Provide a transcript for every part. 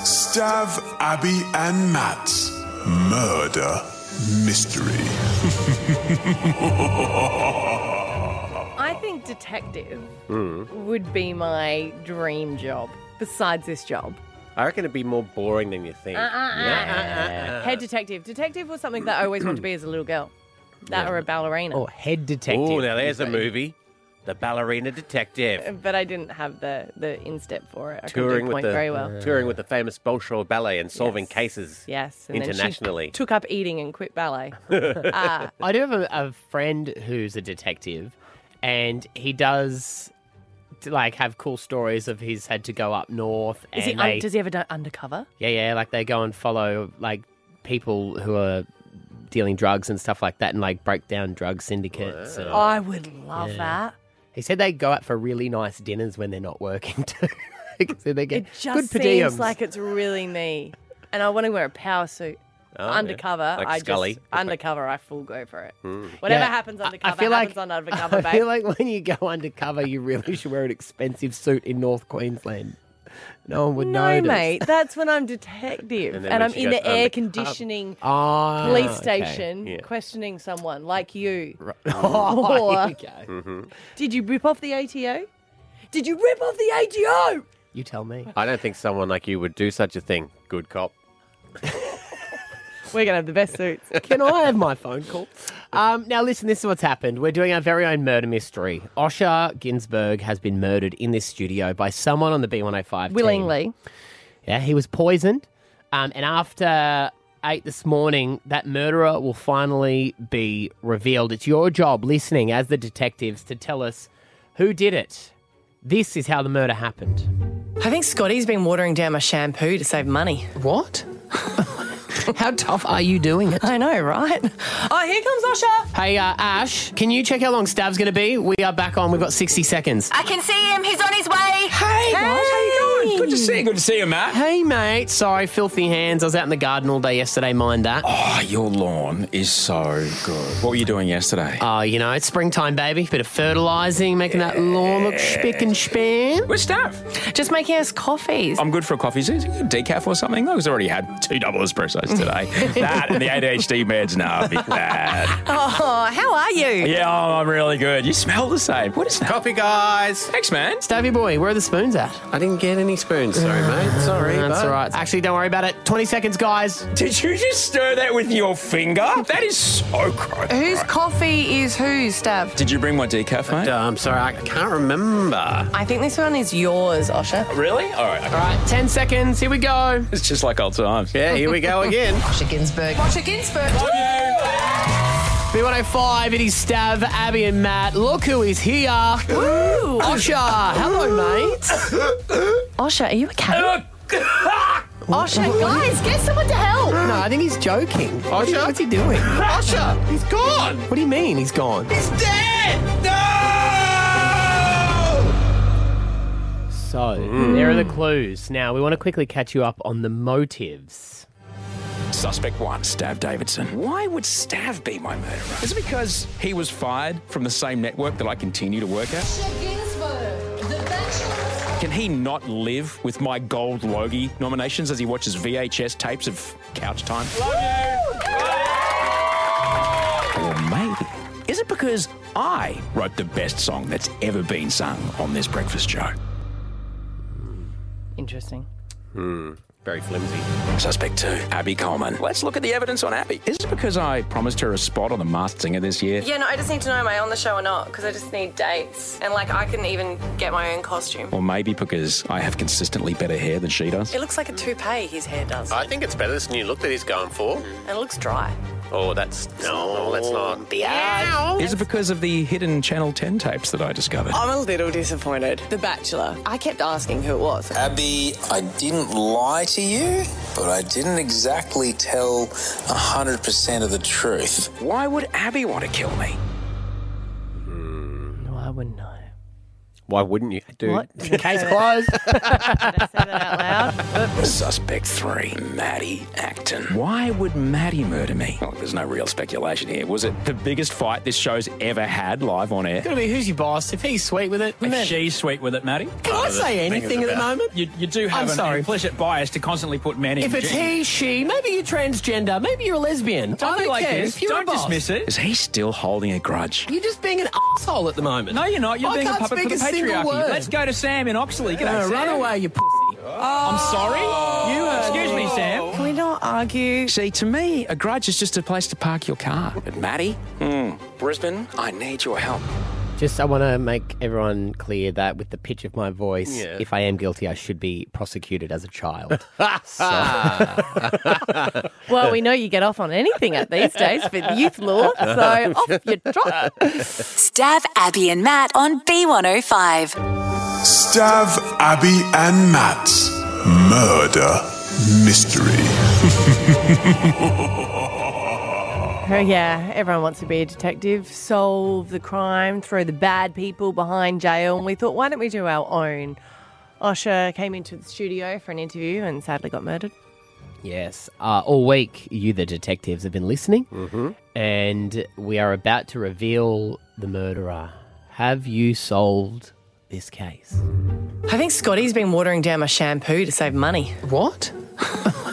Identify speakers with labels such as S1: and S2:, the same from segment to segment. S1: Gustav, Abby, and Matt's Murder Mystery.
S2: I think detective
S3: Hmm.
S2: would be my dream job. Besides this job,
S3: I reckon it'd be more boring than you think.
S2: Uh-uh.
S3: Uh,
S2: head detective. Detective was something that I always wanted to be as a little girl. That or a ballerina.
S4: Or head detective.
S3: Oh, now there's a movie, The Ballerina Detective,
S2: But I didn't have the the instep for it. I couldn't
S3: touring
S2: do Uh,
S3: with
S2: point
S3: the
S2: very well.
S3: touring with the famous Bolshoi Ballet and solving cases.
S2: Yes, and Then
S3: internationally.
S2: she took up eating and quit ballet.
S4: I do have a, a friend who's a detective, and he does t- like have cool stories of he's had to go up north.
S2: Is he
S4: and
S2: un-
S4: they-
S2: does he ever do undercover?
S4: Yeah, yeah, like they go and follow like people who are dealing drugs and stuff like that, and like break down drug syndicates. and-
S2: I would love that.
S4: He said they go out for really nice dinners when they're not working too. so they get
S2: It just
S4: good per diems.
S2: seems like it's really me. And I want to wear a power suit.
S3: Oh, yeah.
S2: undercover,
S3: Like
S2: I
S3: Scully.
S2: just undercover. I full go for it.
S5: Hmm.
S2: Whatever
S4: Yeah.
S2: happens
S4: I-
S2: undercover,
S4: I feel
S2: happens
S4: like,
S2: on undercover,
S4: I
S2: babe.
S4: feel like when you go undercover, you really should wear an expensive suit in North Queensland. No one would
S2: no,
S4: notice.
S2: mate, that's when I'm detective
S3: And
S2: and,
S3: then when
S2: I'm
S3: she
S2: in
S3: goes
S2: the air
S3: undercover.
S2: conditioning
S4: Ah,
S2: police
S4: okay.
S2: station,
S3: Yeah.
S2: questioning someone like you.
S4: Oh,
S2: Or-
S4: here we go.
S2: Did you rip off the ATO? Did you rip off the ATO?
S4: You tell me.
S3: I don't think someone like you would do such a thing. Good cop.
S2: We're gonna have the best suits.
S4: Uh, Can I have my phone call? Um, now, listen, this is what's happened. We're doing our very own murder mystery. Osha Ginsburg has been murdered in this studio by someone on the B105 team.
S2: Willingly.
S4: Yeah, he was poisoned. Um, and after eight this morning, that murderer will finally be revealed. It's your job, listening as the detectives, to tell us who did it. This is how the murder happened.
S5: I think Scotty's been watering down my shampoo to save money.
S4: What? how tough are you doing it?
S5: I know, right? Oh, here comes Osha.
S4: Hey, uh, Ash, can you check how long Stav's going to be? We are back on. We've got 60 seconds.
S6: I can see him. He's on his way.
S4: Hey,
S6: Hey.
S7: Good to see you. Good to see you, Matt.
S4: Hey, mate. Sorry, filthy hands. I was out in the garden all day yesterday, mind that. Oh,
S7: Oh, your lawn is so good. What were you doing yesterday?
S4: Uh, you know, it's springtime, baby. Bit of fertilising, making that lawn look spick and span.
S7: With staff.
S5: Just making us coffees.
S7: I'm good for a coffee. Is it decaf or something? I was already had two double espressos today. that and the ADHD meds. No, big bad.
S5: Oh, how are you?
S7: Yeah, oh, I'm really good. You smell the same. What is that?
S3: Coffee, guys.
S7: Thanks, man.
S4: Stavy boy, where are the spoons at?
S3: I didn't get any spoons. Sorry, mate. Sorry.
S4: That's
S3: bud.
S4: all right. Actually, don't worry about it. 20 seconds, guys.
S7: Did you just stir that with your finger? That is so gross.
S5: Whose coffee is whose, Stav?
S7: Did you bring my decaf, mate?
S3: Uh, I'm sorry. I can't remember.
S5: I think this one is yours, Osha.
S7: Really? All right.
S4: All right, 10 seconds. Here we go.
S7: It's just like old times.
S3: Yeah, here we go again.
S5: Osha Ginsburg. Osha Ginsburg.
S4: B105, it is Stav, Abby, and Matt. Look who is here. Osha. Hello, mate.
S5: Osha, are you okay? Osha, guys, get someone to help.
S4: No, I think he's joking. Osha? What's he doing? Osha, he's gone. What do you mean he's gone?
S7: He's dead! No!
S4: So, there are the clues. Now, we want to quickly catch you up on the motives.
S7: Suspect one, Stav Davidson. Why would Stav be my murderer? Is it because he was fired from the same network that I continue to work at? Can he not live with my gold Logie nominations as he watches VHS tapes of couch time? Or maybe. Is it because I wrote the best song that's ever been sung on this breakfast show?
S2: Interesting.
S3: Very flimsy.
S7: Suspect two, Abby Coleman. Let's look at the evidence on Abby. Is it because I promised her a spot on the Masked Singer this year?
S5: Yeah, no, I just need to know am I on the show or not? Because I just need dates. And, like, I couldn't even get my own costume.
S7: Or maybe because I have consistently better hair than she does?
S5: It looks like a toupee his hair does.
S3: I think it's better this new look that he's going for.
S5: And it looks dry.
S3: Oh, that's no, that's not. Yeah.
S7: Is it because of the hidden Channel 10 tapes that I discovered?
S5: I'm a little disappointed. The Bachelor. I kept asking who it was.
S8: Abby, I didn't lie to you, but I didn't exactly tell 100% of the truth.
S7: Why would Abby want to kill me?
S2: No, I wouldn't know.
S3: Why wouldn't you, dude?
S2: What? Did
S4: Case closed.
S2: I say that out loud?
S7: Suspect three, Maddie Acton. Why would Maddie murder me? Well, there's no real speculation here. Was it the biggest fight this show's ever had live on air?
S9: Gotta be who's your boss. If he's sweet with it, then-
S3: Is she sweet with it, Maddie?
S9: Can I say anything at the moment?
S3: You, you do have
S9: I'm
S3: an
S9: sorry.
S3: implicit bias to constantly put men in
S9: if it's
S3: jeopardy.
S9: he, she, maybe you're transgender, maybe you're a lesbian. I
S3: Don't be
S9: don't
S3: like
S9: care.
S3: this.
S9: If you're
S3: Don't
S9: a boss,
S3: dismiss it.
S7: Is he still holding a grudge?
S9: You're just being an asshole at the moment.
S3: No, you're not. You're
S9: I
S3: being a
S9: can't
S3: puppet
S9: speak
S3: for the
S9: a single
S3: patriarchy.
S9: word.
S3: Let's go to Sam in Oxley. G'day,
S9: Uh,
S3: Sam.
S9: run away, you pussy. Oh.
S3: I'm sorry.
S9: You heard
S3: Excuse me,
S9: me.
S3: Sam.
S5: Can we not argue?
S7: See, to me, a grudge is just a place to park your car. But Maddie? Hmm. Brisbane, I need your help.
S4: Just, I want to make everyone clear that with the pitch of my voice, if I am guilty, I should be prosecuted as a child.
S2: Well, we know you get off on anything at these days for youth law, so off you trot.
S1: Stav, Abby, and Matt on B105.
S10: Stav, Abby, and Matt's Murder Mystery.
S2: Oh, yeah, everyone wants to be a detective, solve the crime, throw the bad people behind jail. And we thought, why don't we do our own? Osha came into the studio for an interview and sadly got murdered.
S4: Yes. Uh, all week, you, the detectives, have been listening. Mm-hmm. And we are about to reveal the murderer. Have you solved this case?
S5: I think Scotty's been watering down my shampoo to save money.
S4: What?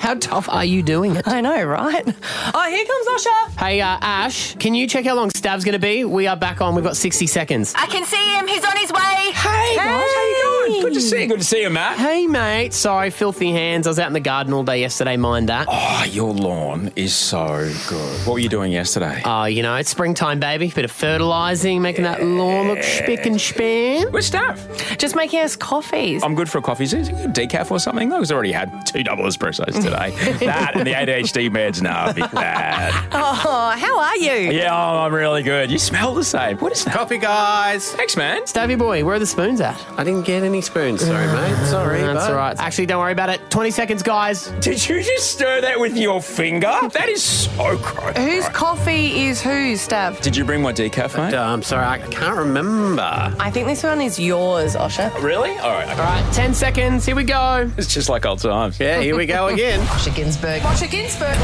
S4: How tough are you doing it?
S5: I know, right? Oh, here comes Osha.
S4: Hey, uh, Ash, can you check how long Stav's going to be? We are back on. We've got 60 seconds.
S1: I can see him. He's on his way.
S4: Hey,
S7: Good to see you. Good to see you, Matt.
S4: Hey, mate. Sorry, filthy hands. I was out in the garden all day yesterday, mind that. Oh,
S7: Oh, your lawn is so good. What were you doing yesterday?
S4: Uh, you know, it's springtime, baby. Bit of fertilising, making that lawn look spick and span.
S7: Where's staff?
S5: Just making us coffees.
S7: I'm good for a coffee. Is it a decaf or something? No, 'cause I already had two double espressos today. that and the ADHD meds. No, big bad.
S5: Oh, how are you?
S7: Yeah, oh, I'm really good. You smell the same. What is that?
S9: Coffee, guys.
S7: Thanks, man.
S4: Stavy boy, where are the spoons at?
S9: I didn't get any spoons. Sorry, mate. Sorry.
S4: That's
S9: bud.
S4: all right. Actually, don't worry about it. 20 seconds, guys.
S7: Did you just stir that with your finger? That is so gross.
S5: Whose coffee is whose, Stav?
S7: Did you bring my decaf, mate?
S9: I'm sorry. I can't remember.
S5: I think this one is yours, Osha.
S7: Really? All right.
S4: All right, 10 seconds. Here we go.
S7: It's just like old times.
S9: Yeah, here we go again.
S5: Osha Ginsburg. Osha Ginsburg.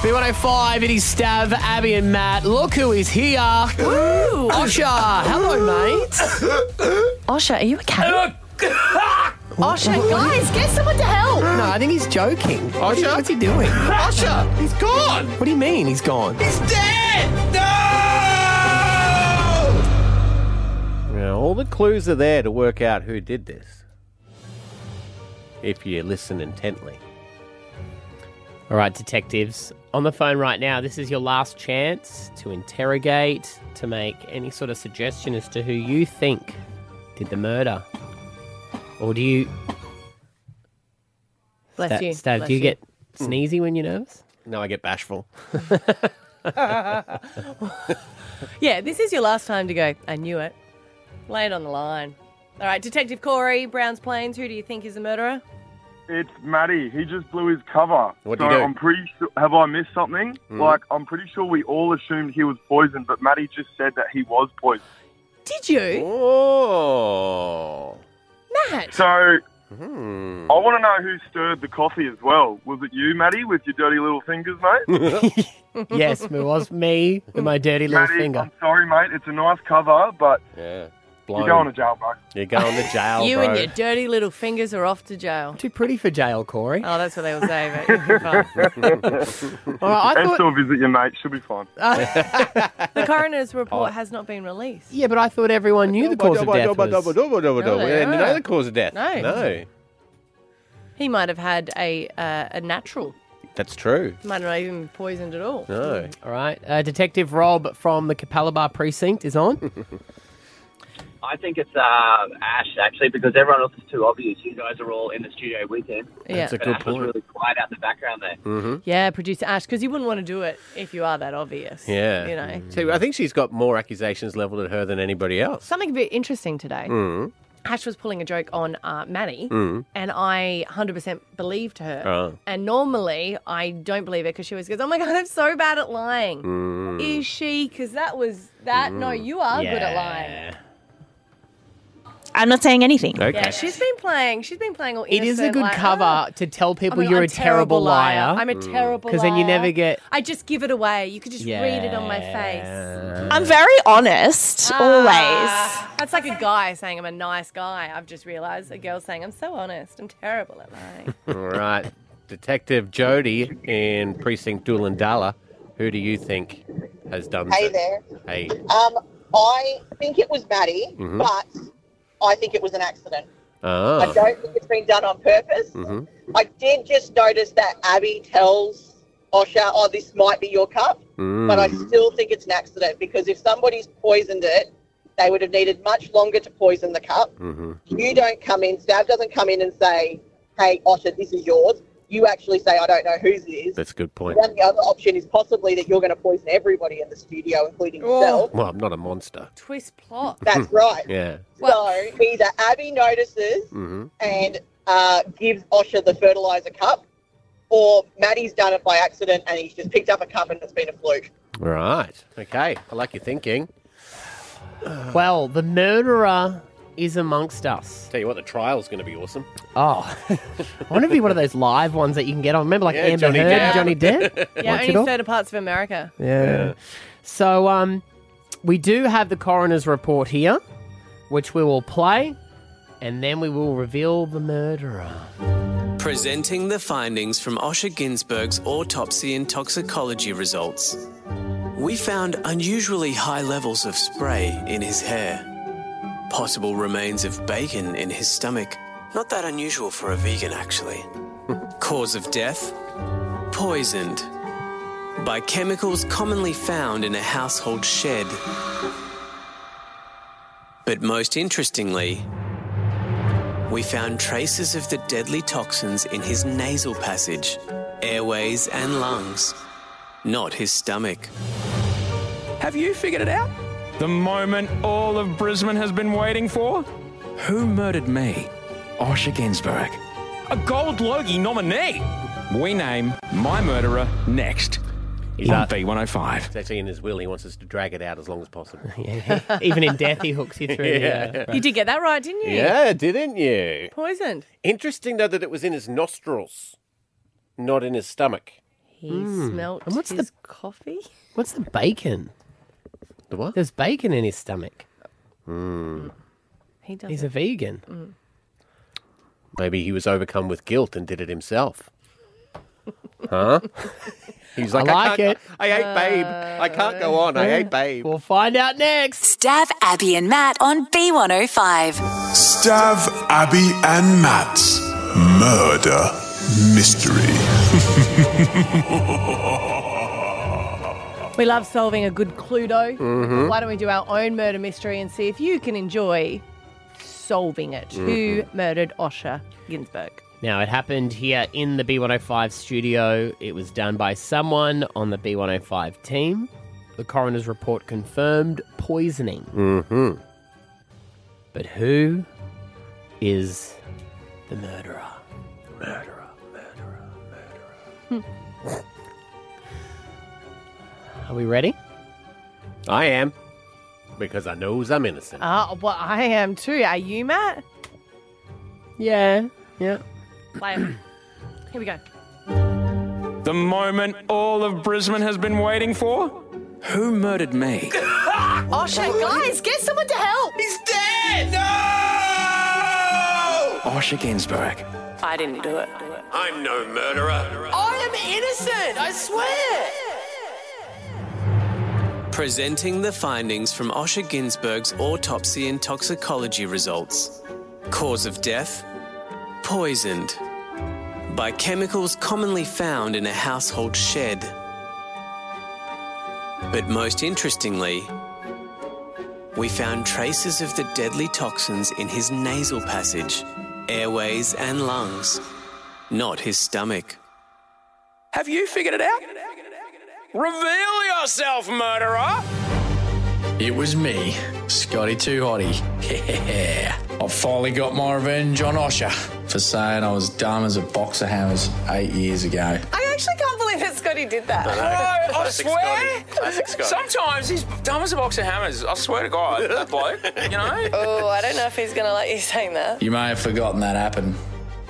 S4: B105, it is Stav, Abby, and Matt. Look who is here. Osha. Hello, mate.
S5: Osha, are you okay? Osha, guys, get someone to help.
S4: Oh, No, I think he's joking. Osha? What's he doing? Osha, he's gone. What do you mean he's gone? He's
S3: Now, all the clues are there to work out who did this. If you listen intently.
S4: All right, detectives, on the phone right now, this is your last chance to interrogate, to make any sort of suggestion as to who you think did the murder. Or do you,
S2: Bless
S4: that,
S2: you.
S4: Stav,
S2: Bless
S4: do you, get sneezy when you're nervous?
S9: No, I get bashful.
S2: Yeah, this is your last time to go. I knew it. Lay it on the line. All right, Detective Corey, Brown's Plains, who do you think is the murderer?
S11: It's Matty. He just blew his cover.
S9: What'd
S11: so
S9: he do? Hmm.
S11: I'm pretty sure. Have I missed something? Like I'm pretty sure we all assumed he was poisoned, but Matty just said that he was poisoned.
S2: Did you?
S9: Oh.
S2: Matt.
S11: So
S9: Hmm.
S11: I want to know who stirred the coffee as well. Was it you, Matty, with your dirty little fingers, mate?
S4: yes, it was me with my dirty little
S11: Matty,
S4: finger.
S11: I'm sorry, mate. It's a nice cover, but
S9: Yeah.
S11: you're going to jail, bro.
S9: You're going to
S4: Oh,
S9: jail,
S2: you
S9: bro.
S2: and your dirty little fingers are off to jail.
S4: Too pretty for jail, Corey.
S2: Oh, that's what they will say. But you'll be fine.
S4: All right, I
S11: And
S4: thought,
S11: still visit your mate. She'll be fine.
S2: the coroner's report has not been released.
S4: yeah, but I thought everyone knew the cause of death was.
S2: No,
S9: We
S2: they
S9: didn't know
S2: are.
S9: the cause of death.
S2: No.
S9: No.
S2: He might have had a uh, a natural.
S9: That's true.
S2: Might not even been poisoned at all.
S9: No.
S4: All right, uh, Detective Rob from the Capalabar precinct is on.
S12: I think it's uh, Ash actually because everyone else is too obvious. You guys are all in the studio with him.
S2: Yeah,
S12: but Ash was really quiet out in the background there.
S2: yeah, producer Ash, because you wouldn't want to do it if you are that obvious.
S3: Yeah.
S2: you know
S3: So I think she's got more accusations leveled at her than anybody else.
S2: something a bit interesting today. Ash was pulling a joke on uh, Maddie, and I 100% believed her.
S3: Oh.
S2: And normally I don't believe it because she always goes, "Oh my god, I'm so bad at lying." Is she? Because that was that. No, you are good at lying.
S5: I'm not saying anything.
S2: Yeah, she's been playing. She's been playing all.
S4: It is a
S2: innocent,
S4: good
S2: like, oh,
S4: cover to tell people
S2: I'm a-
S4: you're
S2: I'm
S4: a terrible liar.
S2: I'm a terrible
S4: Because then you never
S2: liar.
S4: get.
S2: I just give it away. You could just read it on my face.
S5: I'm very honest, always.
S2: Ah, That's like a guy saying I'm a nice guy. I've just realised a girl saying I'm so honest. I'm terrible at lying.
S3: All right. Detective Jody in Precinct Doolandala, who do you think has done
S13: Hey
S3: the-
S13: there.
S3: Hey.
S13: Um, I think it was Maddie,
S3: Mhm.
S13: but I think it was an accident. I
S3: Ah.
S13: don't think it's been done on purpose.
S3: hmm
S13: I did just notice that Abby tells Osha, oh, this might be your cup, but I
S3: Mm-hmm.
S13: still think it's an accident because if somebody's poisoned it, they would have needed much longer to poison the cup.
S3: Mm-hmm.
S13: You don't come in, Stab doesn't come in and say, hey, Osha, this is yours. You actually say, I don't know whose it is.
S3: That's a good point.
S13: Then the other option is possibly that you're going to poison everybody in the studio, including
S2: Oh,
S13: yourself.
S3: Well, I'm not a monster.
S2: Twist plot.
S13: That's right.
S3: Yeah.
S13: so either Abby notices
S3: Mm-hmm.
S13: and uh, gives Osha the fertilizer cup, or Maddie's done it by accident and he's just picked up a cup and it's been a fluke.
S3: Right. Okay. I like your thinking.
S4: Well, the murderer is amongst us.
S3: Tell you what, the trial's going to be awesome.
S4: Oh, I wonder if it'd be one of those live ones that you can get on. Remember, like
S3: Yeah,
S4: Amber
S3: Johnny
S4: Heard,
S3: Depp.
S4: Johnny Depp.
S2: Yeah,
S4: Watch it
S2: only
S4: all.
S2: third of parts of America.
S4: Yeah. So um, we do have the coroner's report here, which we will play, and then we will reveal the murderer.
S8: Presenting the findings from Osher Ginsberg's autopsy and toxicology results. We found unusually high levels of spray in his hair, possible remains of bacon in his stomach, not that unusual for a vegan actually. Cause of death? Poisoned. By chemicals commonly found in a household shed. But most interestingly, we found traces of the deadly toxins in his nasal passage, airways, and lungs, not his stomach.
S7: Have you figured it out? The moment all of Brisbane has been waiting for? Who murdered me? Osher Ginsburg. A Gold Logie nominee! We name my murderer next.
S3: He's
S7: on
S3: up.
S7: B105.
S3: It's actually in his will. He wants us to drag it out as long as possible.
S4: Even in death, he hooks you through.
S3: Yeah.
S2: You did get that right, didn't you?
S3: Yeah, didn't you?
S2: Poisoned.
S3: Interesting, though, that it was in his nostrils, not in his stomach.
S2: He
S4: Mm.
S2: smelt
S4: And what's the-
S2: his coffee.
S4: What's the bacon? The what? There's bacon in his stomach. Mm.
S2: He does.
S4: He's a vegan.
S2: Mm.
S3: Maybe he was overcome with guilt and did it himself. Huh? He's like,
S4: I
S3: I,
S4: like
S3: can't,
S4: it.
S3: I ate babe. I can't go on. I ate babe.
S4: We'll find out next.
S1: Stab Abby and Matt on B105.
S10: Stav, Abby, and Matt's Murder Mystery.
S2: We love solving a good Cluedo.
S5: Mm-hmm.
S10: Mhm.
S2: Why don't we do our own murder mystery and see if you can enjoy solving it?
S5: Mm-hmm.
S2: Who murdered Osher Ginsburg?
S4: Now, it happened here in the B105 studio. It was done by someone on the B105 team. The coroner's report confirmed poisoning.
S3: Mm-hmm.
S4: But who is the murderer? Are we ready?
S3: I am. Because I knows I'm innocent.
S2: Ah, well, I am too. Are you, Matt?
S4: Yeah. Yeah.
S2: Play it. Here we go.
S7: The moment all of Brisbane has been waiting for? Who murdered me?
S5: Osha, Oh, guys, get someone to help. He's dead. No.
S7: Osher Ginsburg.
S5: I didn't do it.
S7: I'm no murderer.
S5: I am innocent. I swear.
S8: Presenting the findings from Osher Ginsberg's autopsy and toxicology results. Cause of death? Poisoned. By chemicals commonly found in a household shed. But most interestingly, we found traces of the deadly toxins in his nasal passage, airways, and lungs, not his stomach.
S7: Have you figured it out? Reveal yourself, murderer!
S14: It was me, Scotty Too Hottie. Yeah. I finally got my revenge on Osher for saying I was dumb as a box of hammers eight years ago.
S5: I actually can't believe it's Scotty did that.
S14: No,
S7: uh,
S14: I
S5: Classic
S14: swear.
S5: Scotty. Classic Scotty.
S14: Sometimes he's dumb as a box of hammers. I swear to God, that bloke. You know.
S5: oh, I don't know if he's going to like you saying that.
S14: You may have forgotten that happened,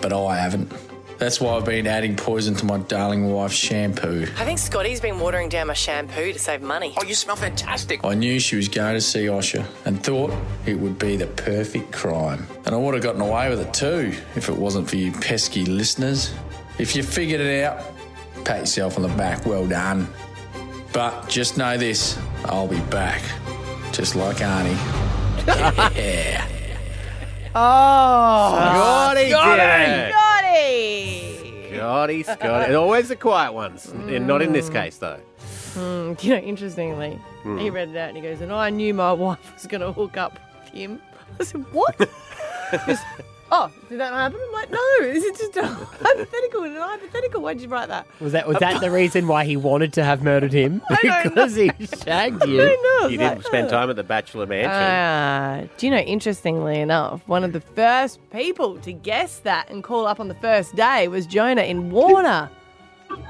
S14: but I haven't. That's why I've been adding poison to my darling wife's shampoo.
S5: I think Scotty's been watering down my shampoo to save money. Oh, you smell fantastic.
S14: I knew she was going to see Osha and thought it would be the perfect crime. And I would have gotten away with it too if it wasn't for you pesky listeners. If you figured it out, pat yourself on the back. Well done. But just know this I'll be back. Just like Arnie. yeah.
S2: Oh, Scotty,
S3: Scotty did it.
S2: Scotty.
S3: Scotty, Scotty. And always the quiet ones. And not in this case, though.
S2: Hmm, you know, interestingly,
S3: Hmm.
S2: he read it out and he goes, "And I knew my wife was going to hook up with him." I said, "What?" He goes, oh, did that happen? I'm like, "No, this is just a hypothetical. An hypothetical. Why'd you write that?"
S4: Was that was that the reason why he wanted to have murdered him? because he shagged you.
S2: I know, it's like,
S3: You didn't spend time at the Bachelor Mansion.
S2: Ah, do you know, interestingly enough, one of the first people to guess that and call up on the first day was Jonah in Warner.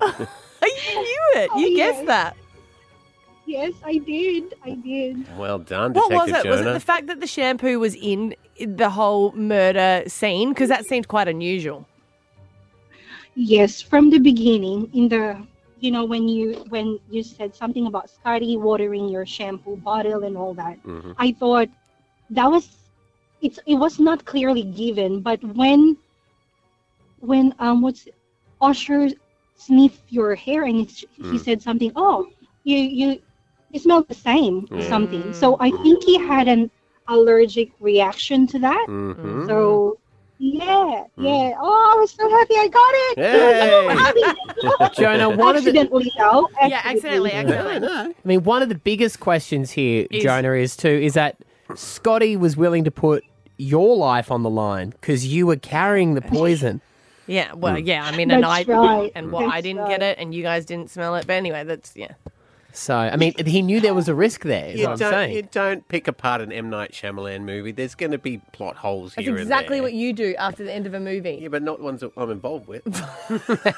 S2: you knew it.
S15: Oh,
S2: you
S15: yes.
S2: guessed that.
S15: Yes, I did. I did.
S3: well done,
S2: Mm. What was
S3: Detective
S2: it? Was
S3: Jonah.
S2: it the fact that the shampoo was in the whole murder scene? Because that seemed quite unusual.
S15: Yes, from the beginning, in the you know when you when you said something about Scotty watering your shampoo bottle and all that,
S3: Mm-hmm.
S16: Mhm.
S15: I thought that was it's it was not clearly given. But when when um what's Usher sniffed your hair and he, he
S16: Mm.
S15: said something, oh you you you smell the same or
S16: Yeah.
S15: something. So I think he had an allergic reaction to that.
S2: Mm-hmm.
S3: Mm-hmm. Hmm.
S16: Mhm.
S15: So yeah, yeah. Oh, I was so happy I got it.
S4: Hey! Jonah, one of the-
S15: accidentally though.
S2: Yeah, accidentally, accidentally.
S4: I mean, one of the biggest questions here,
S2: Is-
S4: Jonah, is too, is that Scotty was willing to put your life on the line because you were carrying the poison.
S2: Yeah, well,
S4: Mm.
S2: yeah. I mean, and
S4: That's
S2: I
S4: right.
S2: and what
S4: That's
S2: I didn't get it, and you guys didn't smell it. But anyway, that's yeah.
S4: So, I mean, he knew there was a risk there, is
S3: You
S4: what I'm
S3: don't,
S4: saying.
S3: you don't pick apart an M. Night Shyamalan movie. There's going to be plot holes
S2: That's
S3: here
S2: exactly
S3: and
S2: what you do after the end of a movie. Yeah,
S3: but not ones that I'm involved with.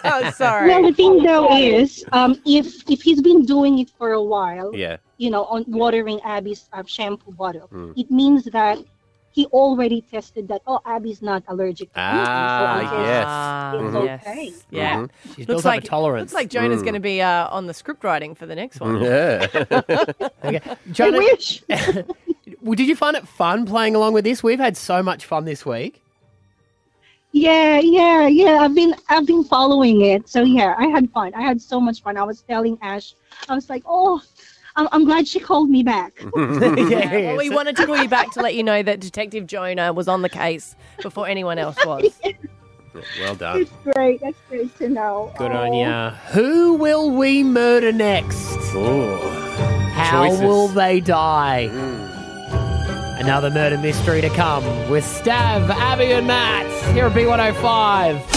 S2: oh, sorry.
S15: Well, the thing though is, um, if if he's been doing it for a while,
S3: there. Yeah.
S15: you know, on watering Abby's uh, shampoo bottle,
S3: Mm.
S15: it means that he already tested that. Oh, Abby's not allergic. to anything, so
S3: Ah,
S15: I guess
S3: yes.
S15: it's
S3: Mhm.
S15: okay.
S2: Yeah.
S3: Mhm. She's
S2: Looks
S3: built up a
S2: like-
S3: tolerance.
S2: Looks like Jonah's
S3: Mm.
S2: going to be uh, on the script writing for the next one.
S3: Yeah.
S4: okay. Jonah, well, did you find it fun playing along with this? We've had so much fun this week.
S15: Yeah, yeah, yeah. I've been I've been following it. So yeah, I had fun. I had so much fun. I was telling Ash, I was like, oh, I'm, I'm glad she called me back.
S2: Yeah, well, we wanted to call you back to let you know that Detective Jonah was on the case before anyone else was.
S3: Well done.
S15: It's great. That's great to know. Oh,
S4: Good on ya. Who will we murder next? How
S3: Choices.
S4: will they die? oh Another murder mystery to come with Stav, Abby, and Matt here at B105.